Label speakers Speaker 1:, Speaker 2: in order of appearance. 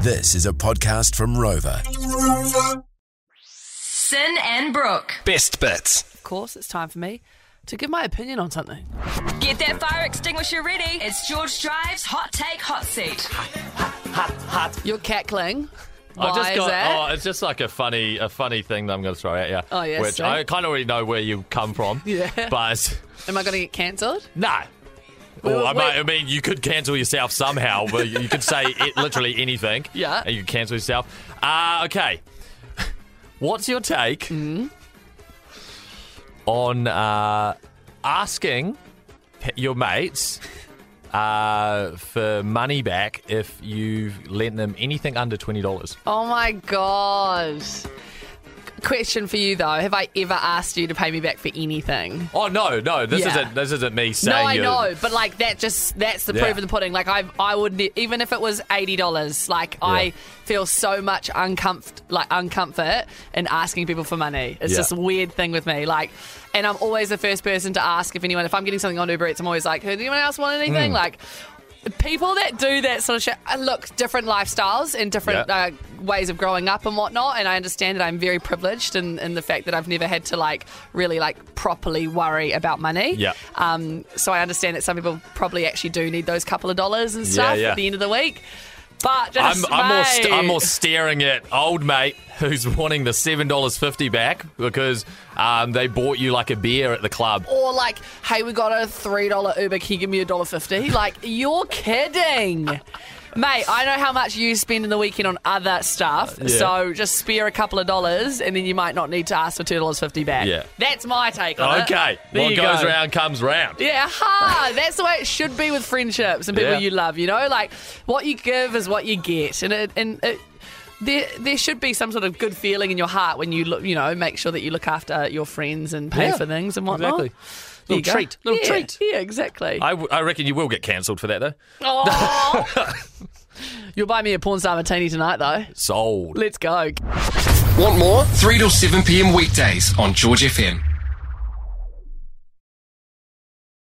Speaker 1: This is a podcast from Rover.
Speaker 2: Sin and Brooke.
Speaker 3: Best bits.
Speaker 4: Of course, it's time for me to give my opinion on something.
Speaker 2: Get that fire extinguisher ready. It's George Drive's Hot Take Hot Seat.
Speaker 4: You're cackling.
Speaker 5: I've
Speaker 4: Why
Speaker 5: just
Speaker 4: is
Speaker 5: got,
Speaker 4: that?
Speaker 5: Oh, it's just like a funny, a funny thing that I'm going to throw at you.
Speaker 4: Oh, yes,
Speaker 5: Which
Speaker 4: see?
Speaker 5: I kind of already know where you come from.
Speaker 4: Yeah.
Speaker 5: But
Speaker 4: Am I going to get cancelled?
Speaker 5: no. Or I,
Speaker 4: wait.
Speaker 5: might, I mean, you could cancel yourself somehow, but you could say it, literally anything.
Speaker 4: Yeah.
Speaker 5: And you could cancel yourself. Uh, okay. What's your take
Speaker 4: Mm.
Speaker 5: on uh, asking pe- your mates uh, for money back if you've lent them anything under $20?
Speaker 4: Oh my god. Question for you though: Have I ever asked you to pay me back for anything?
Speaker 5: Oh no, no, this
Speaker 4: Yeah.
Speaker 5: isn't this isn't me
Speaker 4: No,
Speaker 5: saying
Speaker 4: I
Speaker 5: you.
Speaker 4: know, but like that just that's the
Speaker 5: Yeah.
Speaker 4: proof of the pudding. Like I, I would ne- even if it was eighty dollars. Like I
Speaker 5: Yeah.
Speaker 4: feel so much uncomfort, like uncomfort in asking people for money. It's
Speaker 5: Yeah.
Speaker 4: just a weird thing with me. Like, and I'm always the first person to ask if anyone. If I'm getting something on Uber Eats, I'm always like, "Hey, anyone else want
Speaker 5: Mm.
Speaker 4: anything?" Like. People that do that sort of shit, uh, look, different lifestyles and different
Speaker 5: Yeah.
Speaker 4: uh, ways of growing up and whatnot. And I understand that I'm very privileged in, in the fact that I've never had to like really like properly worry about money.
Speaker 5: Yeah.
Speaker 4: Um, so I understand that some people probably actually do need those couple of dollars and
Speaker 5: Yeah,
Speaker 4: stuff
Speaker 5: yeah.
Speaker 4: at the end of the week. But
Speaker 5: I'm,
Speaker 4: just
Speaker 5: I'm, more st-
Speaker 4: mate.
Speaker 5: I'm more staring at old mate who's wanting the seven dollars fifty back because um, they bought you like a beer at the club.
Speaker 4: or like, hey, we got a three dollar Uber. Can you give me a dollar fifty? Like, you're kidding, mate. I know how much you spend in the weekend on other stuff.
Speaker 5: Yeah.
Speaker 4: So just spare a couple of dollars, and then you might not need to ask for two dollars fifty back.
Speaker 5: Yeah.
Speaker 4: that's my take on it.
Speaker 5: Okay,
Speaker 4: There
Speaker 5: what
Speaker 4: you
Speaker 5: goes
Speaker 4: go.
Speaker 5: around comes round.
Speaker 4: Yeah, ha! That's the way it should be with friendships and people
Speaker 5: Yeah.
Speaker 4: you love. You know, like what you give is what you get, and it, and it, there there should be some sort of good feeling in your heart when you look, you know, make sure that you look after your friends and pay
Speaker 5: Yeah,
Speaker 4: for things and whatnot.
Speaker 5: exactly.
Speaker 4: There you
Speaker 5: Little
Speaker 4: go.
Speaker 5: treat, little
Speaker 4: Yeah,
Speaker 5: treat.
Speaker 4: Yeah, exactly.
Speaker 5: I, w- I reckon you will get cancelled for that though.
Speaker 4: Oh. You'll buy me a porn star martini tonight, though.
Speaker 5: Sold.
Speaker 4: Let's go.
Speaker 6: Want more? 3 till 7 p.m. weekdays on George FM.